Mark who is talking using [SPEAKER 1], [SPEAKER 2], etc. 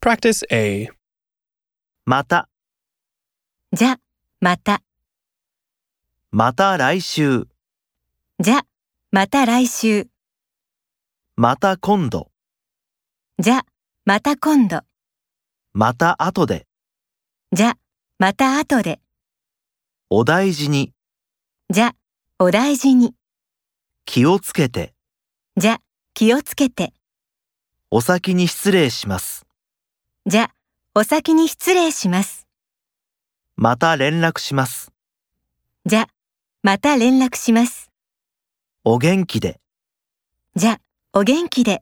[SPEAKER 1] Practice A.
[SPEAKER 2] また、
[SPEAKER 3] じゃ、また、
[SPEAKER 2] また来週、
[SPEAKER 3] じゃ、また来週、
[SPEAKER 2] また今度、
[SPEAKER 3] じゃ、また今度、
[SPEAKER 2] また後で、
[SPEAKER 3] じゃ、また後で、
[SPEAKER 2] お大事に、
[SPEAKER 3] じゃ、お大事に、
[SPEAKER 2] 気をつけて、
[SPEAKER 3] じゃ、気をつけて、
[SPEAKER 2] お先に失礼します。
[SPEAKER 3] じゃ、お先に失礼します。
[SPEAKER 2] また連絡します。
[SPEAKER 3] じゃ、また連絡します。
[SPEAKER 2] お元気で。
[SPEAKER 3] じゃ、お元気で。